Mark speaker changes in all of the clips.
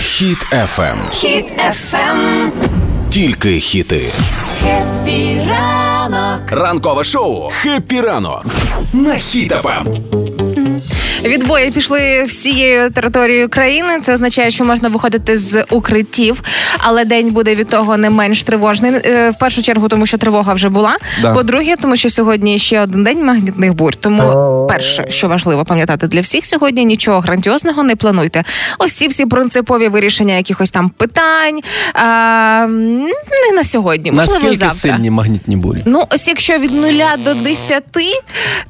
Speaker 1: Хіт FM.
Speaker 2: Хіт Ем, FM.
Speaker 1: Тільки хіти.
Speaker 2: Ранок.
Speaker 1: Ранкове шоу «Хеппі ранок» на Хіт Ем. FM.
Speaker 3: Відбої пішли всією територією країни. Це означає, що можна виходити з укриттів, але день буде від того не менш тривожний. Е, В першу чергу, тому що тривога вже була. По-друге, тому що сьогодні ще один день магнітних бурь. Тому перше, що важливо пам'ятати для всіх сьогодні, нічого грандіозного не плануйте. Ось ці всі принципові вирішення якихось там питань. А, м, не на сьогодні, можливо,
Speaker 4: Наскільки
Speaker 3: завтра.
Speaker 4: сильні магнітні бурі?
Speaker 3: Ну, ось якщо від нуля до десяти,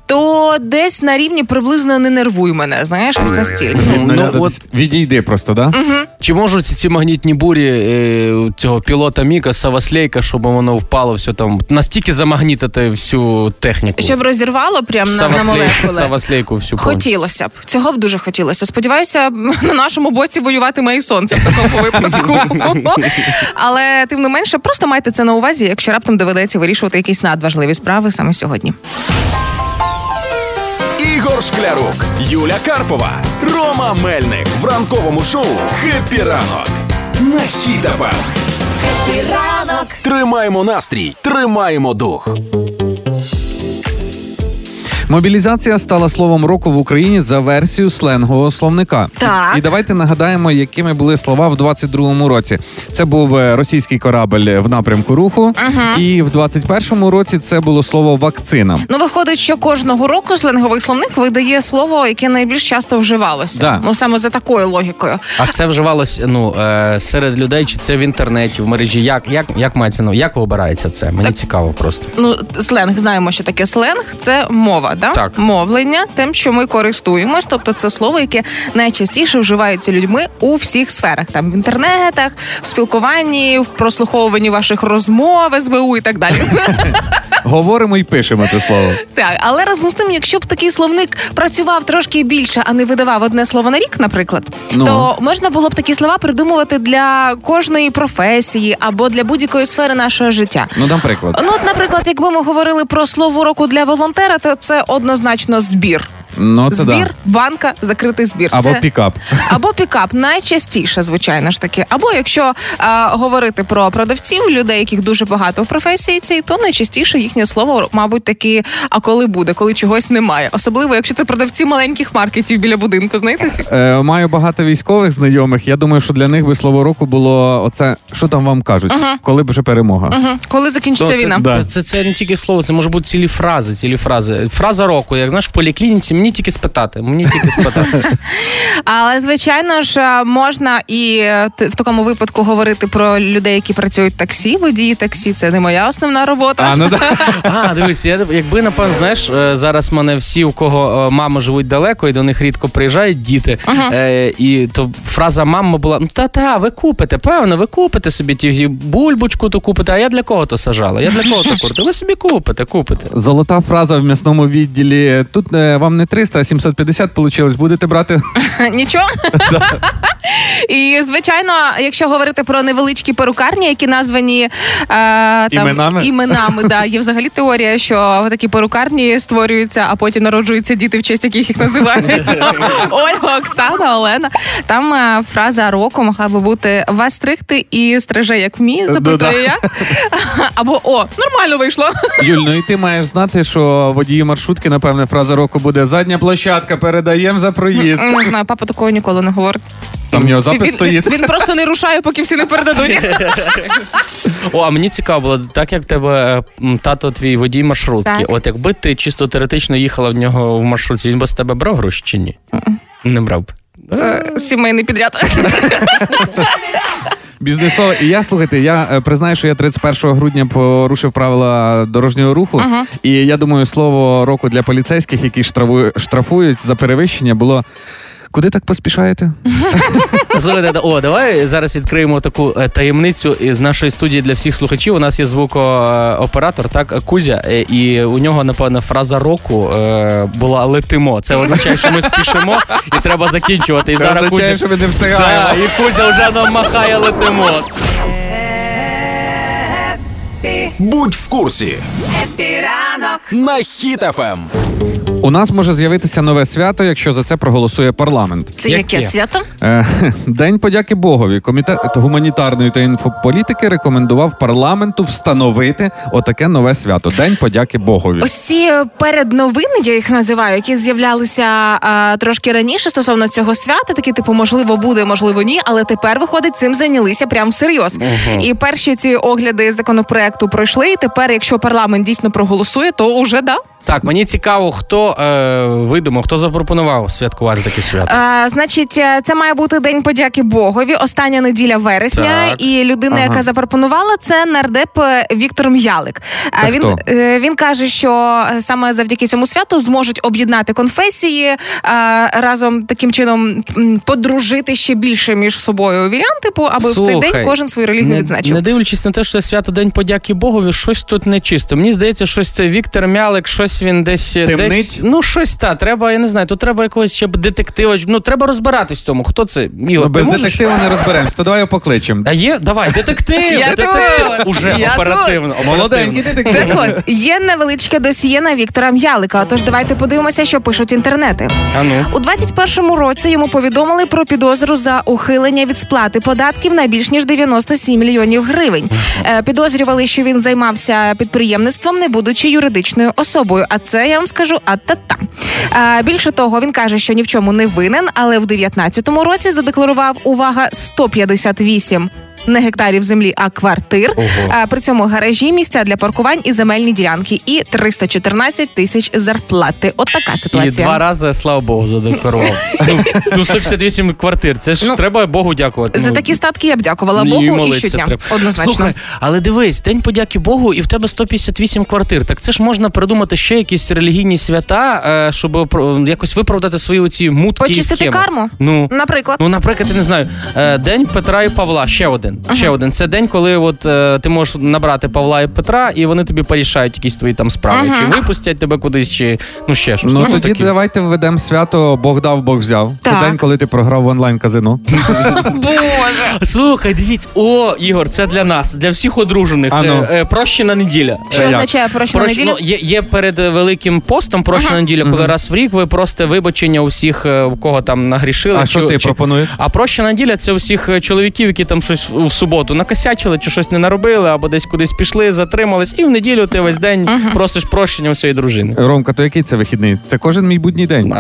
Speaker 3: то десь на рівні приблизно не нервуй мене, знаєш, ось настільки.
Speaker 4: Ну, от,
Speaker 5: Відійди просто, да?
Speaker 4: чи можуть ці магнітні бурі е, цього пілота Міка Саваслейка, щоб воно впало все там настільки замагнітити всю техніку?
Speaker 3: Щоб розірвало прямо на, на
Speaker 4: Саваслейку,
Speaker 3: молекули.
Speaker 4: Саваслейку всю повністю.
Speaker 3: Хотілося б. Цього б дуже хотілося. Сподіваюся, на нашому боці воювати має сонце в такому випадку. Але тим не менше, просто майте це на увазі, якщо раптом доведеться вирішувати якісь надважливі справи саме сьогодні.
Speaker 1: Ігор Шклярук, Юля Карпова, Рома Мельник в ранковому шоу «Хеппі ранок» на Хіт FM.
Speaker 2: Ранок.
Speaker 1: Тримаємо настрій, тримаємо дух.
Speaker 5: Мобілізація стала словом року в Україні за версією сленгового словника.
Speaker 3: Так.
Speaker 5: І давайте нагадаємо, якими були слова в 22-му році. Це був е, російський корабель в напрямку руху, і в 21-му році це було слово вакцина.
Speaker 3: Ну, виходить, що кожного року сленговий словник видає слово, яке найбільш часто вживалося.
Speaker 5: Да.
Speaker 3: Ну саме за такою логікою.
Speaker 4: А це вживалось ну, е, серед людей, чи це в інтернеті, в мережі? Як, як, як мається, ну, як вибирається це? Мені цікаво просто.
Speaker 3: Ну, сленг знаємо, що таке сленг це мова, да?
Speaker 4: Так.
Speaker 3: мовлення, тим, що ми користуємось. Тобто, це слово, яке найчастіше вживається людьми у всіх сферах, там в інтернетах, в спілкуванні, в прослуховуванні ваших розмов, СБУ і так далі.
Speaker 5: Говоримо і пишемо це слово.
Speaker 3: Так, але разом з тим, якщо б такий словник працював трошки більше, а не видавав одне слово на рік, наприклад,
Speaker 5: Ну.
Speaker 3: то можна було б такі слова придумувати для кожної професії або для будь-якої сфери нашого життя.
Speaker 5: Ну, наприклад.
Speaker 3: Ну, от, наприклад, якби ми говорили про слово року для волонтера, то це однозначно збір.
Speaker 5: Ну, це
Speaker 3: Збір,
Speaker 5: да.
Speaker 3: банка, закритий збір.
Speaker 5: Або
Speaker 3: це...
Speaker 5: пікап.
Speaker 3: Або пікап найчастіше, звичайно ж таки. Або якщо е, говорити про продавців, людей, яких дуже багато в професії цій, то найчастіше їхнє слово, мабуть, такі а коли буде, коли чогось немає. Особливо, якщо це продавці маленьких маркетів біля будинку, знаєте ці?
Speaker 5: Е, маю багато військових знайомих. Я думаю, що для них би слово року було оце, що там вам кажуть, коли б вже перемога.
Speaker 3: Мгм. Коли
Speaker 5: Ну,
Speaker 3: закінчиться
Speaker 4: це,
Speaker 3: війна?
Speaker 4: Це, це, це не тільки слово, це може бути цілі фрази, цілі фрази. Фраза року, як знаєш, в поліклініці мені тільки спитати, мені тільки спитати.
Speaker 3: Але звичайно ж е, можна і е, т- в такому випадку говорити про людей, які працюють в таксі, водії таксі. Це не моя основна робота.
Speaker 5: А, ну, да.
Speaker 4: А, дивись, я якби напевно, знаєш, е, зараз мене всі, у кого е, мами живуть далеко, і до них рідко приїжджають діти. Е, і то фраза мама була: ну та та, ви купите, певно, ви купите собі ті всі бульбочку, то купите. А я для кого то сажала? Я для кого то курти? Ви собі купите, купите.
Speaker 5: Золота фраза в м'ясному відділі. Тут е, вам не 300, а 750 получилось. Будете брати
Speaker 3: Нічого. І звичайно, якщо говорити про невеличкі перукарні, які названі е, там,
Speaker 5: Іменами?
Speaker 3: іменами, да, є взагалі теорія, що такі перукарні створюються, а потім народжуються діти, в честь яких їх називають Ольга, Оксана, Олена. Там е, фраза року могла би бути вас стригти і стриже, як
Speaker 5: Е,
Speaker 3: вміє, запитую я. Або о, нормально вийшло.
Speaker 5: Юль, ну і ти маєш знати, що водії маршрутки, напевне, фраза року буде задня площадка, передаємо за проїзд.
Speaker 3: Не знаю, папа такого ніколи не говорить.
Speaker 5: Там в нього
Speaker 3: Він,
Speaker 5: запис стоїть.
Speaker 3: він просто не рушає, поки всі не передадуть.
Speaker 4: О, а мені цікаво було, так як в тебе е, м, тато твій водій маршрутки.
Speaker 3: Так.
Speaker 4: От якби ти чисто теоретично їхала в нього в маршрутці, він би з тебе брав гроші чи ні? Не брав б.
Speaker 3: Це Е, сімейний підряд.
Speaker 5: Бізнесово. І я слухайте, я е, признаю, що я 31 грудня порушив правила дорожнього руху. І я думаю, слово року для поліцейських, які штрафують, штрафують за перевищення, було. Куди так поспішаєте?
Speaker 4: Слухайте, да- о, давай зараз відкриємо таку е, таємницю із нашої студії для всіх слухачів. У нас є звукооператор, так Кузя, е, і у нього напевно фраза року е, була летимо. Це означає, що ми спішимо і треба закінчувати. І зараз
Speaker 5: означає,
Speaker 4: Кузя...
Speaker 5: що ви не
Speaker 4: Да,
Speaker 5: встигаємо.
Speaker 4: і Кузя вже нам махає летимо.
Speaker 1: Будь в курсі
Speaker 2: Ранок.
Speaker 1: Ем. на Хіт FM.
Speaker 5: У нас може з'явитися нове свято, якщо за це проголосує парламент.
Speaker 3: Це
Speaker 4: Яке?
Speaker 3: яке свято?
Speaker 5: Е, День подяки Богові. Комітет гуманітарної та інфополітики рекомендував парламенту встановити отаке нове свято. День подяки Богові.
Speaker 3: Ось ці передновини, я їх називаю, які з'являлися е, трошки раніше стосовно цього свята. Такі, типу, можливо, буде, можливо, ні. Але тепер виходить, цим зайнялися прямо всерйоз. І перші ці огляди законопроекту пройшли. І тепер, якщо парламент дійсно проголосує, то уже да.
Speaker 4: Так, мені цікаво, хто е, видумав, хто запропонував святкувати таке свято.
Speaker 3: Е, значить, е, це має бути день подяки Богові. Остання неділя вересня.
Speaker 4: Так.
Speaker 3: І людина, яка запропонувала, це нардеп е, Віктор М'ялик. Е,
Speaker 5: Це
Speaker 3: він
Speaker 5: хто?
Speaker 3: е, він каже, що е, саме завдяки цьому святу зможуть об'єднати конфесії е, разом таким чином м, подружити ще більше між собою вірян, типу, аби в цей
Speaker 4: Слухай,
Speaker 3: день кожен свою релігію
Speaker 4: не,
Speaker 3: відзначив.
Speaker 4: Не дивлячись на те, що це свято День подяки Богові, щось тут нечисто. Мені здається, щось це Віктор Мялик, щось він десь
Speaker 5: Темнить?
Speaker 4: десь. Ну, щось та. Треба, я не знаю, тут треба якогось ще б детектива. Ну, треба розбиратись в тому, хто це. Ігор,
Speaker 5: Ну,
Speaker 4: ти
Speaker 5: без
Speaker 4: можеш?
Speaker 5: детектива не розберемось, то давай його покличемо.
Speaker 4: А є? Давай, детектив!
Speaker 3: Я
Speaker 4: детектив.
Speaker 3: тут.
Speaker 4: Уже
Speaker 3: Я
Speaker 4: оперативно.
Speaker 5: Молоденький
Speaker 4: оперативно.
Speaker 5: детектив.
Speaker 3: Так от є невеличке досьє на Віктора М'ялика. Отож, давайте подивимося, що пишуть інтернети.
Speaker 4: А ну.
Speaker 3: У 21-му році йому повідомили про підозру за ухилення від сплати податків на більш ніж 97 мільйонів гривень. Е, Підозрювали, що він займався підприємництвом, не будучи юридичною особою. А це я вам скажу, а та та більше того, він каже, що ні в чому не винен, але в 19-му році задекларував увага 158 не гектарів землі, а квартир. А, при цьому гаражі, місця для паркувань і земельні ділянки, і 314 тисяч зарплати. От така
Speaker 4: І
Speaker 3: ситуація.
Speaker 4: два рази, слава Богу, задекларував. Ну, Ну, 158 квартир. Це ж треба Богу дякувати.
Speaker 3: Ну. За
Speaker 4: Ну,
Speaker 3: такі статки я б дякувала
Speaker 4: Ну, і
Speaker 3: Богу і
Speaker 4: молитися
Speaker 3: щодня.
Speaker 4: треба.
Speaker 3: Однозначно.
Speaker 4: Слухай, але дивись, день подяки Богу, і в тебе 158 квартир. Так це ж можна придумати ще якісь релігійні свята, е, щоб опро- якось виправдати свої оці мутки. і
Speaker 3: Почистити
Speaker 4: схеми.
Speaker 3: карму?
Speaker 4: Ну.
Speaker 3: Наприклад,
Speaker 4: Ну, наприклад, я не знаю, е, день Петра і Павла. Ще один. Ще один. Це день, коли от е, ти можеш набрати Павла і Петра, і вони тобі порішають якісь твої там справи.
Speaker 3: Ага.
Speaker 4: Чи випустять тебе кудись, чи ну ще щось.
Speaker 5: Ну
Speaker 4: Ну,
Speaker 5: тоді
Speaker 4: такі.
Speaker 5: давайте введемо свято Бог дав, Бог взяв.
Speaker 3: Так.
Speaker 5: Це день, коли ти програв в онлайн казино.
Speaker 4: ну,
Speaker 3: боже.
Speaker 4: Слухай, дивіться, о, Ігор, це для нас, для всіх одружених.
Speaker 5: А ну.
Speaker 4: Е, е, прощена неділя.
Speaker 3: Що
Speaker 5: як?
Speaker 3: означає прощена
Speaker 4: Прощ-
Speaker 3: неділя?
Speaker 4: Ну, є, є перед е, великим постом прощена неділя, коли раз в рік ви просто вибачення усіх, е, у кого там нагрішили.
Speaker 5: А що ти пропонуєш?
Speaker 4: А прощена неділя це усіх е, чоловіків, які там щось в в суботу накосячили, чи щось не наробили, або десь кудись пішли, затримались, і в неділю ти весь день просиш прощення у своєї дружини.
Speaker 5: Ромка, то який це вихідний? Це кожен мій будній день.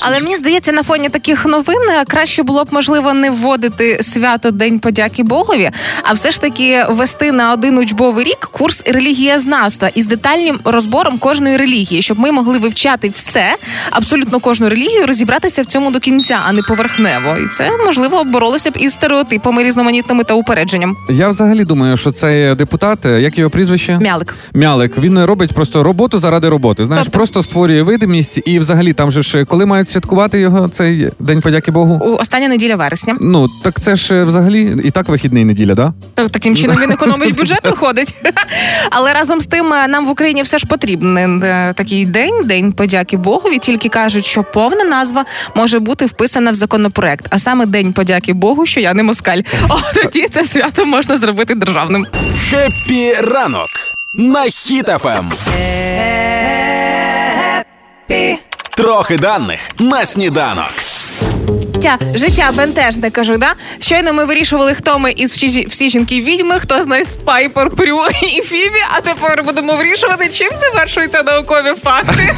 Speaker 3: Але мені здається, на фоні таких новин е, краще було б можливо не вводити свято День подяки Богові, а все ж таки вести на один учбовий рік курс релігієзнавства із детальним розбором кожної релігії, щоб ми могли вивчати все, абсолютно кожну релігію, розібратися в цьому до кінця, а не поверхнево. І це можливо боролося б із стереотипами різноманітними та упередженням.
Speaker 5: Я взагалі думаю, що цей депутат, е, як його прізвище?
Speaker 3: Мялик.
Speaker 5: Мялик, він робить просто роботу заради роботи. Знаєш,
Speaker 3: Тобто?
Speaker 5: просто створює видимість, і взагалі там же ж е, коли мають святкувати його цей день подяки Богу.
Speaker 3: У- Остання неділя вересня.
Speaker 5: Ну так це ж е, взагалі і так вихідний неділя, да?
Speaker 3: Та- Таким чином він економить бюджет, виходить. Але разом з тим е, нам в Україні все ж потрібен е, такий день, день подяки Богові. Тільки кажуть, що повна назва може бути вписана в законопроект, а саме День подяки Богу, що я не москаль. О, тоді це свято можна зробити державним.
Speaker 1: Хеппі ранок на Ем. хітафем. Трохи даних на сніданок.
Speaker 3: Життя, життя бентежне, кажу, да? Щойно ми вирішували, хто ми із всі, жі- всі жінки відьми, хто з нас Пайпер, Прю і Фібі, а тепер будемо вирішувати, чим завершуються наукові факти.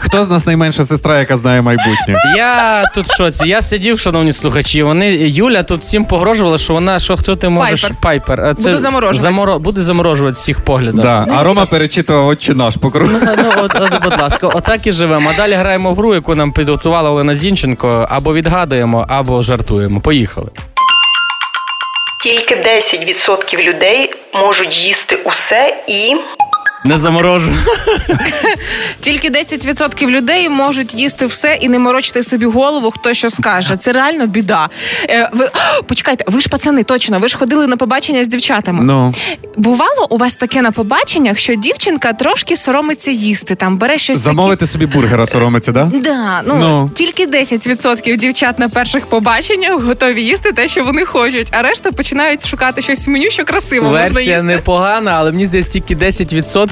Speaker 5: Хто з нас найменша сестра, яка знає майбутнє?
Speaker 4: Я тут в шоці. Я сидів, шановні слухачі. Вони Юля тут всім погрожувала, що вона що хто ти можеш
Speaker 3: Пайпер.
Speaker 4: пайпер. а
Speaker 3: Буду заморожувати.
Speaker 4: заморо- буде заморожувати всіх поглядів.
Speaker 5: Да. А Рома перечитував отче наш по кругу.
Speaker 4: Ну, ну от, от, будь ласка, отак і живемо. А далі граємо в гру, яку нам підготувала Олена Зінченко. Або відгадуємо, або жартуємо. Поїхали.
Speaker 6: Тільки 10% людей можуть їсти усе і
Speaker 4: Не заморожу.
Speaker 3: Тільки 10% людей можуть їсти все і не морочити собі голову, хто що скаже. Це реально біда. Е, ви О, почекайте, ви ж пацани, точно, ви ж ходили на побачення з дівчатами.
Speaker 5: Ну
Speaker 3: Бувало у вас таке на побаченнях, що дівчинка трошки соромиться їсти, там бере щось таке-
Speaker 5: замовити собі бургера соромиться, да?
Speaker 3: Да, ну,
Speaker 5: Ну.
Speaker 3: тільки 10% дівчат на перших побаченнях готові їсти те, що вони хочуть, а решта починають шукати щось в меню, що красиво можна
Speaker 4: Версія
Speaker 3: їсти.
Speaker 4: е, непогана, але мені здається, тільки 10%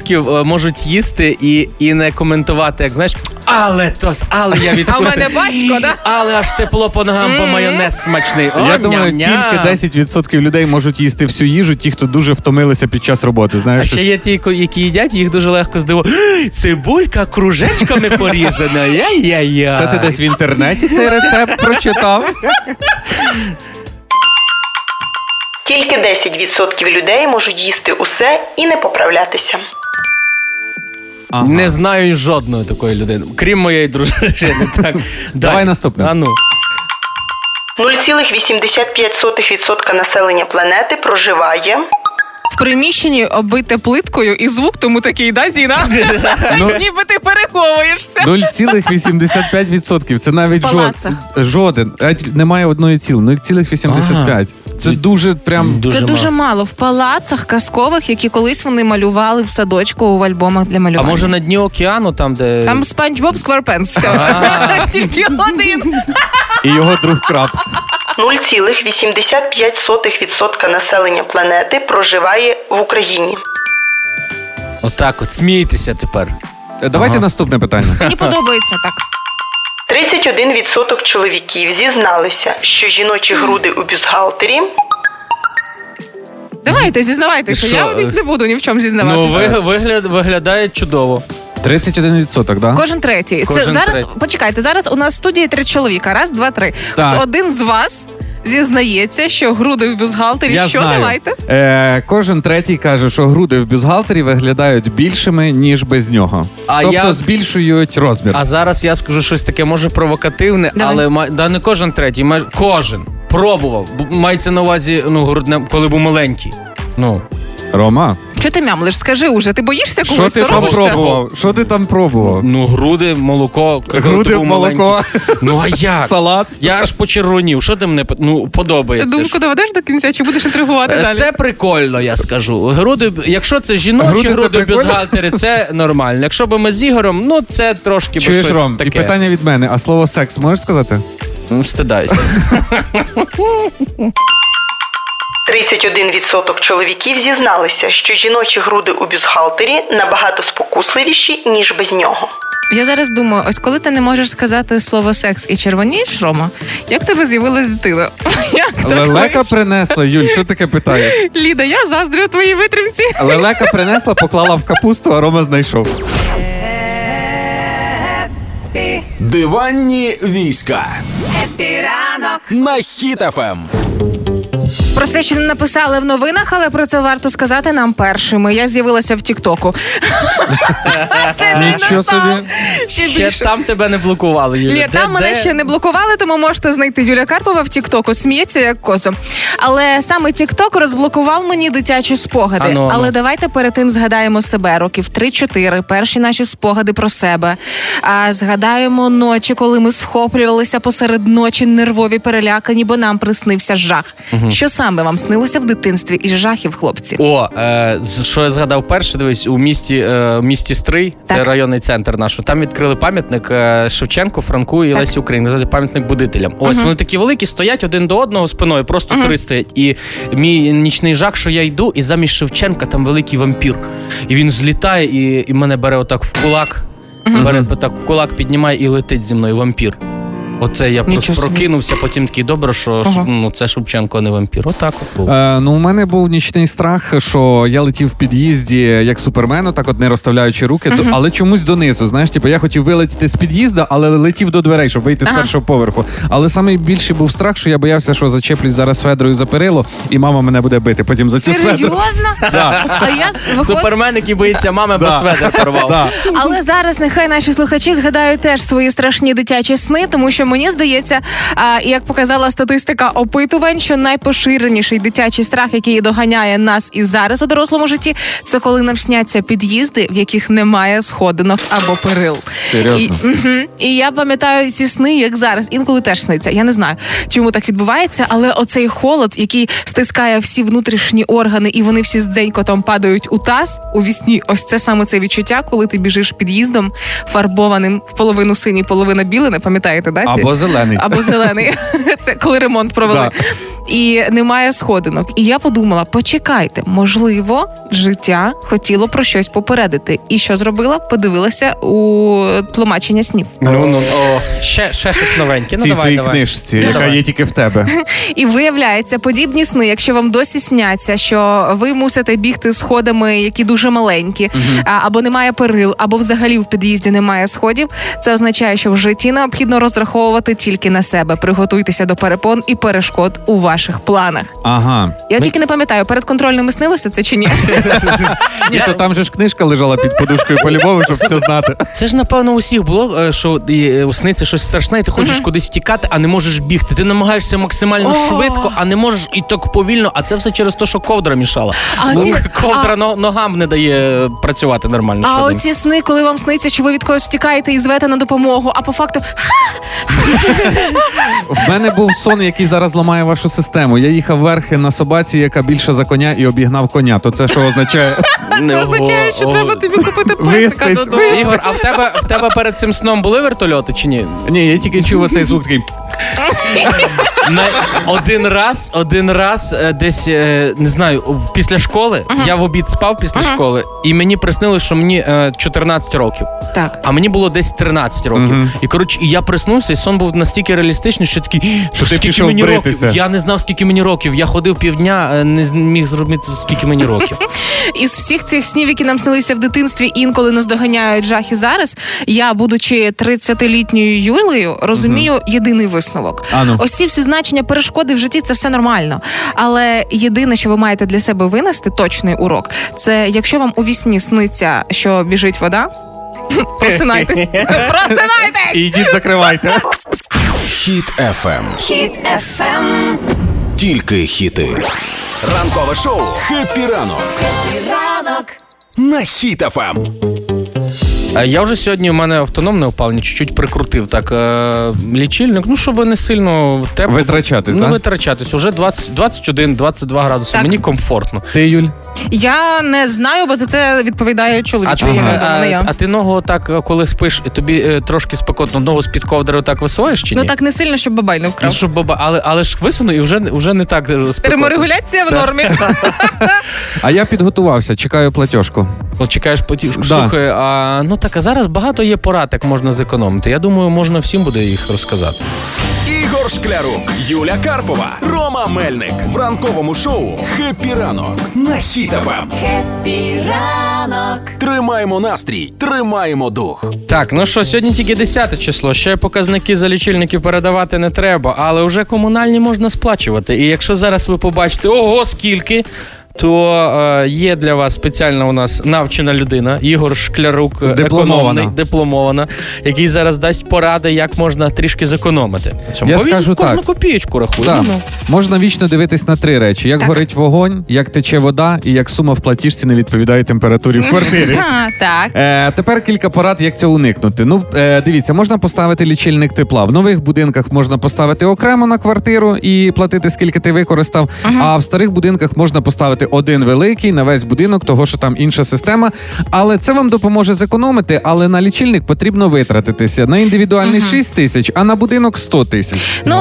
Speaker 4: можуть їсти і, і не коментувати. Як знаєш, але тос, але я
Speaker 3: А в
Speaker 4: відкусив.
Speaker 3: мене батько, да?
Speaker 4: Але аж тепло по ногам, бо майонез смачний. О,
Speaker 5: Я думаю,
Speaker 4: ням-ням.
Speaker 5: тільки 10% людей можуть їсти всю їжу, ті, хто дуже втомилися під час роботи.
Speaker 4: А
Speaker 5: Знаєш,
Speaker 4: ще є ті, ко- які їдять, їх дуже легко здивувати. Цибулька кружечками порізана. Я-я-я.
Speaker 5: та ти десь в інтернеті цей рецепт прочитав.
Speaker 6: Тільки 10% людей можуть їсти усе і не поправлятися.
Speaker 4: Не знаю жодної такої людини, крім моєї дружини. Так.
Speaker 5: Давай
Speaker 4: Далі.
Speaker 5: наступне.
Speaker 4: А ну.
Speaker 6: 0,85% населення планети проживає
Speaker 3: В приміщенні оббите плиткою і звук, тому такий, да, Зіна?
Speaker 5: Ну,
Speaker 3: Ніби ти переховуєшся.
Speaker 5: 0,85%. Це навіть
Speaker 3: В
Speaker 5: жод,
Speaker 3: палацах.
Speaker 5: жоден. Навіть Немає одної ціл. 0,85. Це дуже прям.
Speaker 4: Дуже
Speaker 3: Це дуже
Speaker 4: мало.
Speaker 3: мало в палацах казкових, які колись вони малювали в садочку в альбомах для
Speaker 4: А
Speaker 3: малювання.
Speaker 4: може на дні океану, там, де.
Speaker 3: там Спанч Боб Скварпенс, все.
Speaker 4: А.
Speaker 3: Тільки один.
Speaker 5: І його друг краб.
Speaker 6: 0,85% населення планети проживає в Україні.
Speaker 4: Отак от, смійтеся тепер.
Speaker 5: Е, Давайте наступне питання.
Speaker 3: Мені подобається так.
Speaker 6: 31% чоловіків зізналися, що жіночі груди у бюстгальтері
Speaker 3: Давайте, зізнавайтеся.
Speaker 4: Що?
Speaker 3: Я от не буду ні в чому
Speaker 4: Ну,
Speaker 3: зізнаватися.
Speaker 4: ви, вигляд, виглядає чудово.
Speaker 5: 31%, да?
Speaker 3: Кожен третій. Це
Speaker 4: Кожен
Speaker 3: зараз
Speaker 4: третій.
Speaker 3: почекайте. Зараз у нас в студії три чоловіка. Раз, два, три.
Speaker 5: Так.
Speaker 3: Хто один з вас зізнається, що груди в бюстгальтері?
Speaker 5: Я
Speaker 3: що
Speaker 5: знаю.
Speaker 3: давайте?
Speaker 5: Е, кожен третій каже, що груди в бюстгальтері виглядають більшими, ніж без нього.
Speaker 4: А
Speaker 5: тобто
Speaker 4: я-
Speaker 5: збільшують розмір.
Speaker 4: А зараз я скажу щось таке, може, провокативне,
Speaker 3: Давай.
Speaker 4: але ма- да, не кожен третій, майже кожен пробував. Бу- Мається на увазі, ну, грудне, коли був маленький. Ну,
Speaker 5: Рома,
Speaker 3: Що ти мямлиш? Скажи уже, ти боїшся
Speaker 5: що
Speaker 3: когось
Speaker 5: ти там
Speaker 3: соромишся?
Speaker 5: пробував? Що ти там пробував?
Speaker 4: ну груди, молоко, коли
Speaker 5: Груди,
Speaker 4: ти був маленький.
Speaker 5: молоко.
Speaker 4: Ну а як?
Speaker 5: Салат.
Speaker 4: Я аж почервонів. Що ти мене по- ну, подобається?
Speaker 3: Думку
Speaker 4: Що-
Speaker 3: доведеш до кінця, чи будеш інтригувати
Speaker 4: Е,
Speaker 3: далі?
Speaker 4: Це прикольно, я скажу. Груди, якщо це жіночі
Speaker 5: Груди
Speaker 4: груди,
Speaker 5: це
Speaker 4: без
Speaker 5: прикольно?
Speaker 4: бюстгальтери, це нормально. Якщо би ми з Ігорем, ну це трошки би
Speaker 5: Чуєш,
Speaker 4: щось
Speaker 5: Ром,
Speaker 4: таке.
Speaker 5: і питання від мене: а слово секс можеш сказати?
Speaker 4: Ну, Стидайся.
Speaker 6: 31% чоловіків зізналися, що жіночі груди у бюстгальтері набагато спокусливіші, ніж без нього.
Speaker 3: Я зараз думаю, ось коли ти не можеш сказати слово секс і червонієш, Рома, як в тебе з'явилась дитина? Як так?
Speaker 5: Лелека принесла, Юль, що таке питаєш?
Speaker 3: Ліда, я заздрю твоїй витримці.
Speaker 5: Лелека принесла, поклала в капусту, а Рома знайшов.
Speaker 1: Диванні війська
Speaker 2: піранок.
Speaker 1: на Ем. хітафем.
Speaker 3: Про це ще не написали в новинах, але про це варто сказати нам першими. Я з'явилася в Тіктоку.
Speaker 4: Е,
Speaker 3: Це не
Speaker 5: Нічого
Speaker 3: настав.
Speaker 5: собі.
Speaker 3: Ще
Speaker 4: Ще
Speaker 3: більше.
Speaker 4: там тебе не блокували, Юля.
Speaker 3: Ні,
Speaker 4: Де-
Speaker 3: там мене
Speaker 4: де?
Speaker 3: ще не блокували, тому можете знайти Юля Карпова в Тіктоку. Сміється як коза. Але саме Тікток розблокував мені дитячі спогади.
Speaker 4: Ану, ану.
Speaker 3: Але давайте перед тим згадаємо себе років 3-4, перші наші спогади про себе. А згадаємо ночі, коли ми схоплювалися посеред ночі, нервові перелякані, бо нам приснився жах. Що саме вам снилося в дитинстві із жахів, хлопці?
Speaker 4: О, е, з- що я згадав перше, дивись, у місті, е, місті Стрий, це
Speaker 3: Так.
Speaker 4: районний центр наш. Там відкрили пам'ятник е, Шевченку, Франку і
Speaker 3: Так.
Speaker 4: Лесі Українки. Називається пам'ятник будителям. Ось вони такі великі, стоять один до одного спиною, просто три стоять. І мій нічний жах, що я йду, і замість Шевченка там великий вампір. І він злітає і, і мене бере отак в кулак. Бере так в кулак, піднімає і летить зі мною вампір. Оце я просто
Speaker 3: Нічого собі.
Speaker 4: прокинувся, потім такий добре, що
Speaker 3: Ага.
Speaker 4: ну, це Шевченко, а не вампір. Отак от було.
Speaker 5: Е, ну, у мене був нічний страх, що я летів в під'їзді як супермен, так от не розставляючи руки, до- але чомусь донизу. Знаєш, типу, я хотів вилетіти з під'їзда, але летів до дверей, щоб вийти з першого поверху. Але найбільший був страх, що я боявся, що зачеплюсь зараз Федорою за перило, і мама мене буде бити. Потім за цю сведру.
Speaker 3: Серйозно? А я виходить,
Speaker 4: Супермен, який боїться мами, бо
Speaker 5: Да.
Speaker 4: сведер порвав.
Speaker 5: Да.
Speaker 3: Але зараз нехай наші слухачі згадають теж свої страшні дитячі сни, тому що мені здається, а, і як показала статистика опитувань, що найпоширеніший дитячий страх, який доганяє нас і зараз у дорослому житті, це коли нам сняться під'їзди, в яких немає сходинок або перил.
Speaker 5: Серйозно?
Speaker 3: І, мгм. і я пам'ятаю ці сни, як зараз. Інколи теж сниться. Я не знаю, чому так відбувається, але оцей холод, який стискає всі внутрішні органи, і вони всі з дзенькотом падають у таз у вісні. Ось це саме це відчуття, коли ти біжиш під'їздом, фарбованим в половину синій, половина білий, не пам'ятаєте, да?
Speaker 5: А Або зелений.
Speaker 3: або зелений. Це коли ремонт провели. І немає сходинок. І я подумала: почекайте, можливо, життя хотіло про щось попередити. І що зробила? Подивилася у тлумачення снів.
Speaker 4: Ну, ну, о, ще, ще щось новеньке.
Speaker 5: В
Speaker 4: Ну,
Speaker 5: цій
Speaker 4: давай,
Speaker 5: своїй
Speaker 4: давай.
Speaker 5: книжці,
Speaker 4: Ну,
Speaker 5: яка
Speaker 4: давай.
Speaker 5: є тільки в тебе.
Speaker 3: І виявляється, подібні сни, якщо вам досі сняться, що ви мусите бігти сходами, які дуже маленькі, а- або немає перил, або взагалі в під'їзді немає сходів. Це означає, що в житті необхідно розраховувати тільки на себе. Приготуйтеся до перепон і перешкод у ваших планах.
Speaker 5: Ага.
Speaker 3: Я тільки не пам'ятаю, перед контрольними снилося це чи ні?
Speaker 5: Ні, то там же ж книжка лежала під подушкою по-любому, щоб все знати.
Speaker 4: Це ж напевно у всіх було, е, що і, у сни це щось страшне, і ти хочеш кудись втікати, а не можеш бігти. Ти намагаєшся максимально
Speaker 3: О!
Speaker 4: швидко, а не можеш і так повільно. А це все через те, що ковдра мішала.
Speaker 3: А
Speaker 4: Бо
Speaker 3: ці-
Speaker 4: ковдра но- ногам не дає е, працювати нормально.
Speaker 3: А
Speaker 4: швиденько.
Speaker 3: оці сни, коли вам сниться, що ви від когось втікаєте і звете на допомогу, а по факту
Speaker 5: В мене був сон, який зараз ламає вашу систему. Я їхав верхи на собаці, яка більша за коня, і обігнав коня. То це що означає?
Speaker 3: це означає, що
Speaker 4: Ого,
Speaker 3: треба
Speaker 4: ого.
Speaker 3: тобі купити песика
Speaker 5: Виспись,
Speaker 3: додому.
Speaker 5: виспись.
Speaker 4: Ігор, а в тебе в тебе перед цим сном були вертольоти чи ні?
Speaker 5: Ні, я тільки чув оцей звук такий.
Speaker 4: На один раз, один раз е, десь е, не знаю, в- після школи я в обід спав після школи, і мені приснилось, що мені е, 14 років.
Speaker 3: Так.
Speaker 4: А мені було десь 13 років.
Speaker 5: Мгм.
Speaker 4: І коротше, і я приснувся, і сон був настільки реалістичний, що такий,
Speaker 5: Що ти
Speaker 4: скільки
Speaker 5: пішов
Speaker 4: мені
Speaker 5: бритися.
Speaker 4: років. Я не знав, скільки мені років. Я ходив півдня, е, не з- міг зробити, скільки мені років.
Speaker 3: Із всіх цих снів, які нам снилися в дитинстві, і інколи нас доганяють жахи зараз. Я, будучи 30-літньою Юлею, розумію єдиний висновок.
Speaker 5: А ну.
Speaker 3: Ось ці всі значення перешкоди в житті це все нормально. Але єдине, що ви маєте для себе винести, точний урок, це якщо вам у вісні сниться, що біжить вода. Просинайтесь. Просинайтесь!
Speaker 5: І йдіть закривайте.
Speaker 1: Хіт FM.
Speaker 2: Хіт Ем. FM.
Speaker 1: Тільки хіти. Ранкове шоу «Хеппі ранок»
Speaker 2: Ранок.
Speaker 1: на Хіт Ем. FM.
Speaker 4: Е, Я вже сьогодні у мене автономне опалення чуть-чуть прикрутив так е, лічильник, ну щоб не сильно тепло.
Speaker 5: Витрачатись,
Speaker 4: ну,
Speaker 5: да?
Speaker 4: витрачатись. Уже 20, 21, 22 градуси.
Speaker 3: Так.
Speaker 4: Мені комфортно.
Speaker 5: Ти, Юль?
Speaker 3: Я не знаю, бо за це відповідає чоловік.
Speaker 4: А ти,
Speaker 3: чоловік,
Speaker 4: а,
Speaker 3: а не я.
Speaker 4: а ти ногу так, е, коли спиш, і тобі е, трошки спекотно ногу з під ковдри так висуваєш чи ні?
Speaker 3: Ну так не сильно, щоб бабай не
Speaker 4: Ну,
Speaker 3: вкрав.
Speaker 4: щоб баба, але, але ж висуну і вже, вже не так е, спекотно.
Speaker 3: Терморегуляція в нормі.
Speaker 5: А я підготувався, чекаю платіжку.
Speaker 4: От Чекаєш потішку.
Speaker 5: Да.
Speaker 4: Слухай, а, ну так, а зараз багато є порад, як можна зекономити. Я думаю, можна всім буде їх розказати.
Speaker 1: Ігор Шклярук, Юля Карпова, Рома Мельник в ранковому шоу «Хеппі ранок» на Хіт Ем. FM.
Speaker 2: Ранок.
Speaker 1: Тримаємо настрій, тримаємо дух.
Speaker 4: Так, ну що, сьогодні тільки 10 число. Ще показники за лічильники передавати не треба, але вже комунальні можна сплачувати. І якщо зараз ви побачите ого, скільки. То е, є для вас спеціально у нас навчена людина, Ігор Шклярук, е,
Speaker 5: Дипломована.
Speaker 4: економний, дипломована, який зараз дасть поради, як можна трішки зекономити. На цьому.
Speaker 5: Я
Speaker 4: Бо він
Speaker 5: скажу
Speaker 4: кожну
Speaker 5: так.
Speaker 4: копієчку рахує.
Speaker 5: Так.
Speaker 4: Ну,
Speaker 5: Можна вічно дивитись на три речі: як горить вогонь, як тече вода, і як сума в платіжці не відповідає температурі в квартирі.
Speaker 3: А, Так.
Speaker 5: Е, тепер кілька порад, як це уникнути. Ну е, дивіться, можна поставити лічильник тепла. В нових будинках можна поставити окремо на квартиру і платити, скільки ти використав. А в старих будинках можна поставити один великий на весь будинок, того що там інша система. Але це вам допоможе зекономити. Але на лічильник потрібно витратитися на індивідуальний 6 тисяч, а на будинок 100 тисяч.
Speaker 3: Ну,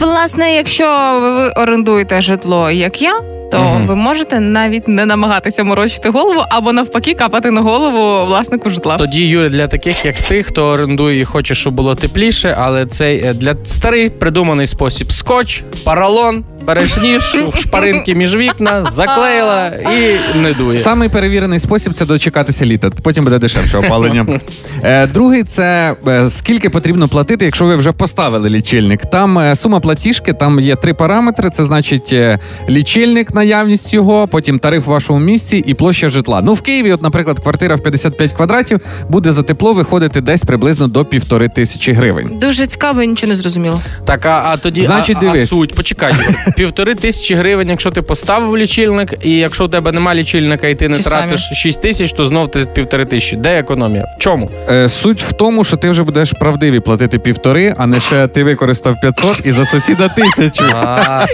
Speaker 3: власне, якщо ви орендуєте житло, як я. То ви можете навіть не намагатися морочити голову або навпаки капати на голову власнику житла.
Speaker 4: Тоді Юля, для таких, як ти, хто орендує і хоче, щоб було тепліше, але цей е, для старий придуманий спосіб: скотч, паралон, береш ніж, шпаринки між вікна, заклеїла і не дує.
Speaker 5: Самий перевірений спосіб це дочекатися літа. Потім буде дешевше опалення. Е, Другий це е, скільки потрібно платити, якщо ви вже поставили лічильник. Там е, сума платіжки, там є три параметри: це значить е, лічильник, наявність його, потім тариф в вашому місці і площа житла. Ну в Києві, от, наприклад, квартира в 55 квадратів буде за тепло виходити десь приблизно до півтори тисячі гривень.
Speaker 3: Дуже цікаво, я нічого не зрозуміло.
Speaker 4: Так, а, а тоді
Speaker 5: Значить,
Speaker 4: а, а
Speaker 5: дивись.
Speaker 4: суть, почекай, Юр. півтори тисячі гривень, якщо ти поставив лічильник, і якщо у тебе нема лічильника, і ти не
Speaker 3: Ті самі.
Speaker 4: тратиш 6 тисяч, то знов ти півтори тисячі. Де економія? В чому?
Speaker 5: Е, Суть в тому, що ти вже будеш правдиві платити півтори, а не ще ти використав 500 і за сусіда тисячу.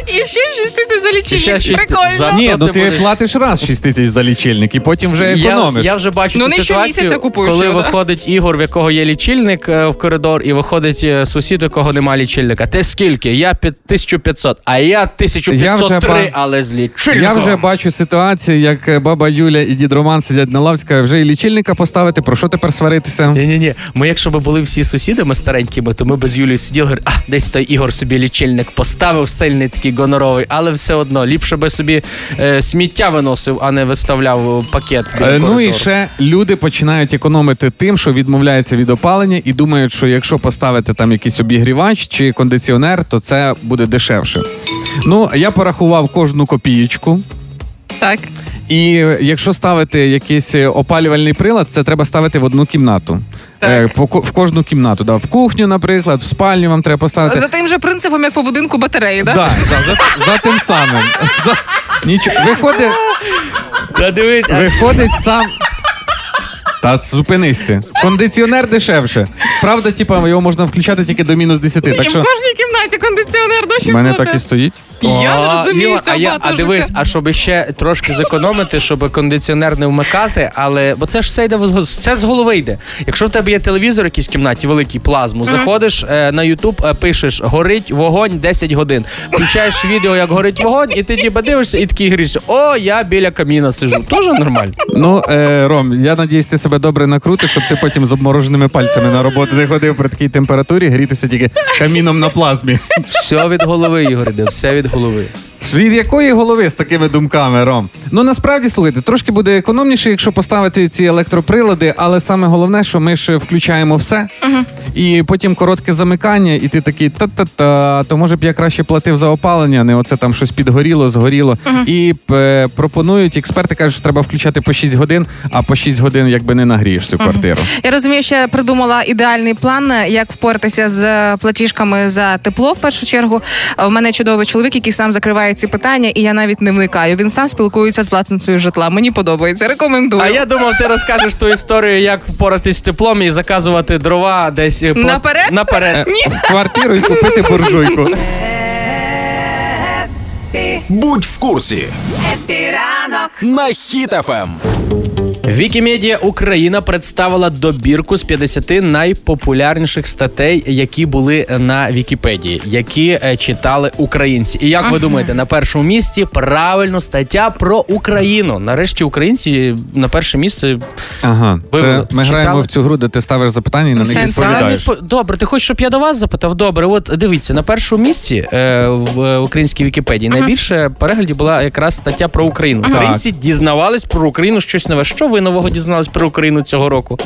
Speaker 3: І ще 6 тисяч за
Speaker 4: І ще
Speaker 3: лічильник.
Speaker 4: шість-
Speaker 3: Прикольно.
Speaker 4: за-
Speaker 5: Ні,
Speaker 4: то
Speaker 5: ну
Speaker 4: ти
Speaker 5: ти
Speaker 4: будеш-
Speaker 5: платиш раз 6 тисяч за лічильник і потім вже
Speaker 4: Я,
Speaker 5: економиш.
Speaker 4: я вже бачу
Speaker 3: Ну,
Speaker 4: цю
Speaker 3: не щомісяця
Speaker 4: ситуацію,
Speaker 3: купуєш
Speaker 4: коли
Speaker 3: його, да?
Speaker 4: виходить Ігор, в якого є лічильник е, в коридор, і виходить е, сусід, у якого немає лічильника. Ти скільки? Я під 1500, а я 1503,
Speaker 5: Я вже ба-
Speaker 4: але з лічильником.
Speaker 5: Я вже бачу ситуацію, як е, баба Юля і дід Роман сидять на лавці, кажуть, вже і лічильника поставити, про що тепер сваритися?
Speaker 4: Ні, ні, ні. Ми, якщо б були всі сусідами старенькими, то ми б з Юлією сиділи, говорили, а десь той Ігор собі лічильник поставив, сильний такий гоноровий, але все одно ліпше би собі е, сміття виносив, а не виставляв е, пакет. біля
Speaker 5: Е, Ну і
Speaker 4: коридору.
Speaker 5: ще люди починають економити тим, що відмовляються від опалення, і думають, що якщо поставити там якийсь обігрівач чи кондиціонер, то це буде дешевше. Ну, я порахував кожну копієчку.
Speaker 3: Так.
Speaker 5: І якщо ставити якийсь е, опалювальний прилад, це треба ставити в одну кімнату.
Speaker 3: Так.
Speaker 5: Е, по ко- в кожну кімнату. Да. В кухню, наприклад, в спальню вам треба поставити.
Speaker 3: За тим же принципом, як по будинку батареї, да?
Speaker 5: Да, за, за, за тим самим. За... Нічого. Виходить,
Speaker 4: Та дивись, а
Speaker 5: виходить сам. Та зупинись ти. Кондиціонер дешевше. Правда, типа, його можна включати тільки до мінус 10.
Speaker 3: І
Speaker 5: Так
Speaker 3: в
Speaker 5: що
Speaker 3: кожній кімнаті кондиціонер
Speaker 5: в
Speaker 3: дощі
Speaker 5: мене
Speaker 3: буде.
Speaker 5: так і стоїть.
Speaker 3: Я не
Speaker 4: А,
Speaker 3: розумію
Speaker 4: Іва,
Speaker 3: цього
Speaker 4: а, я, а
Speaker 3: багатого
Speaker 4: дивись,
Speaker 3: життя.
Speaker 4: а щоб ще трошки зекономити, щоб кондиціонер не вмикати, але бо це ж все йде в з- це з голови йде. Якщо в тебе є телевізор, якийсь в кімнаті, великий плазму, заходиш е, на Ютуб, е, пишеш горить вогонь 10 годин. Включаєш відео, як горить вогонь, і ти ніби дивишся, і такий грішся. О, я біля каміна сижу. Тоже нормально.
Speaker 5: Ну, е, Ром, я надіюсь, ти себе добре накрутиш, щоб ти потім з обмороженими пальцями на роботу не ходив при такій температурі, грітися тільки каміном на плазмі.
Speaker 4: Все від голови, Ігор, іде, все від голови.
Speaker 5: Від якої голови з такими думками, Ром? Ну насправді слухайте, трошки буде економніше, якщо поставити ці електроприлади, але саме головне, що ми ж включаємо все, і потім коротке замикання, і ти такий та-та-та. То може б я краще платив за опалення, не оце там щось підгоріло, згоріло. І е, пропонують експерти кажуть, що треба включати по 6 годин, а по 6 годин якби не нагрієш цю квартиру.
Speaker 3: Я розумію, ще придумала ідеальний план, е, як впоратися з е, платіжками за тепло в першу чергу. Е, В мене чудовий чоловік, який сам закриває ці питання, і я навіть не вникаю. Він сам спілкується з власницею житла. Мені подобається. Рекомендую.
Speaker 4: А я думав, ти розкажеш ту історію, як впоратись з теплом і заказувати дрова десь е, по-
Speaker 3: Наперед?
Speaker 4: наперед.
Speaker 5: В квартиру і купити буржуйку.
Speaker 1: Будь в курсі
Speaker 2: Піранок.
Speaker 1: на Хіт Ем. ФМ.
Speaker 4: Вікімедія Україна представила добірку з 50 найпопулярніших статей, які були на Вікіпедії, які е, читали українці. І як ви думаєте, на першому місці правильно стаття про Україну. Нарешті українці е, на перше місце.
Speaker 5: Ага,
Speaker 4: Ви
Speaker 5: це
Speaker 4: б
Speaker 5: ми граємо
Speaker 4: читали?
Speaker 5: в цю гру, де ти ставиш запитання і на них
Speaker 3: Сенсуально.
Speaker 5: відповідаєш.
Speaker 4: Правильно? Добре, ти хочеш, щоб я до вас запитав? Добре, от дивіться, на першому місці е, в е, українській Вікіпедії найбільше переглядів була якраз стаття про Україну. Українці дізнавались про Україну щось нове. Що ви нового дізнались про Україну цього року?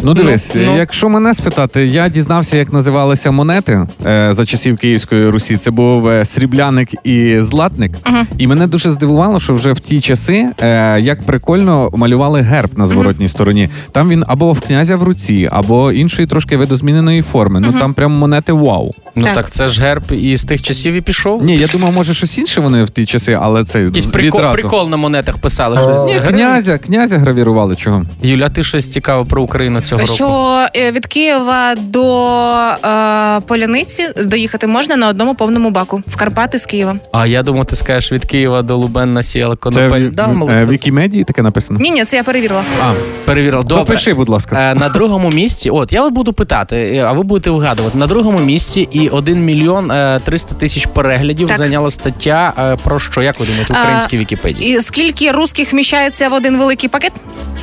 Speaker 5: Ну дивись,
Speaker 4: Ну, ну.
Speaker 5: якщо мене спитати, я дізнався, як називалися монети е, за часів Київської Русі. Це був е, срібляник і златник. І мене дуже здивувало, що вже в ті часи е, як прикольно малювали герб на зворотній стороні. Там він або в князя в руці, або іншої трошки видозміненої форми. Ну там прям монети вау.
Speaker 4: Ну
Speaker 3: Так.
Speaker 4: так. це ж герб і з тих часів і пішов.
Speaker 5: Ні, я думав, може щось інше вони в ті часи, але це
Speaker 4: Якийсь
Speaker 5: з-
Speaker 4: прикол,
Speaker 5: відразу.
Speaker 4: прикол на монетах писали щось.
Speaker 5: Ні,
Speaker 4: Герб.
Speaker 5: князя, князя гравірували чого.
Speaker 4: Юля, ти щось цікаве про Україну цього року.
Speaker 3: Що е, від Києва до е, Поляниці доїхати можна на одному повному баку в Карпати з Києва.
Speaker 4: А я думав, ти скажеш від Києва до Лубен сіяла
Speaker 5: Це в,
Speaker 4: конопель. Да,
Speaker 5: в- е,
Speaker 4: молодець.
Speaker 5: Вікімедії таке написано.
Speaker 3: Ні, ні, це я перевірила.
Speaker 5: А,
Speaker 4: Перевірила. Добре.
Speaker 5: допиши, будь ласка.
Speaker 4: Е, На другому місці, от я от буду питати, е, а ви будете вгадувати. На другому місці і 1 мільйон е, 300 тисяч переглядів
Speaker 3: Так.
Speaker 4: зайняла стаття е, про що, як ви думаєте, в
Speaker 3: Е,
Speaker 4: українській Вікіпедії?
Speaker 3: І скільки русських вміщається в один великий пакет?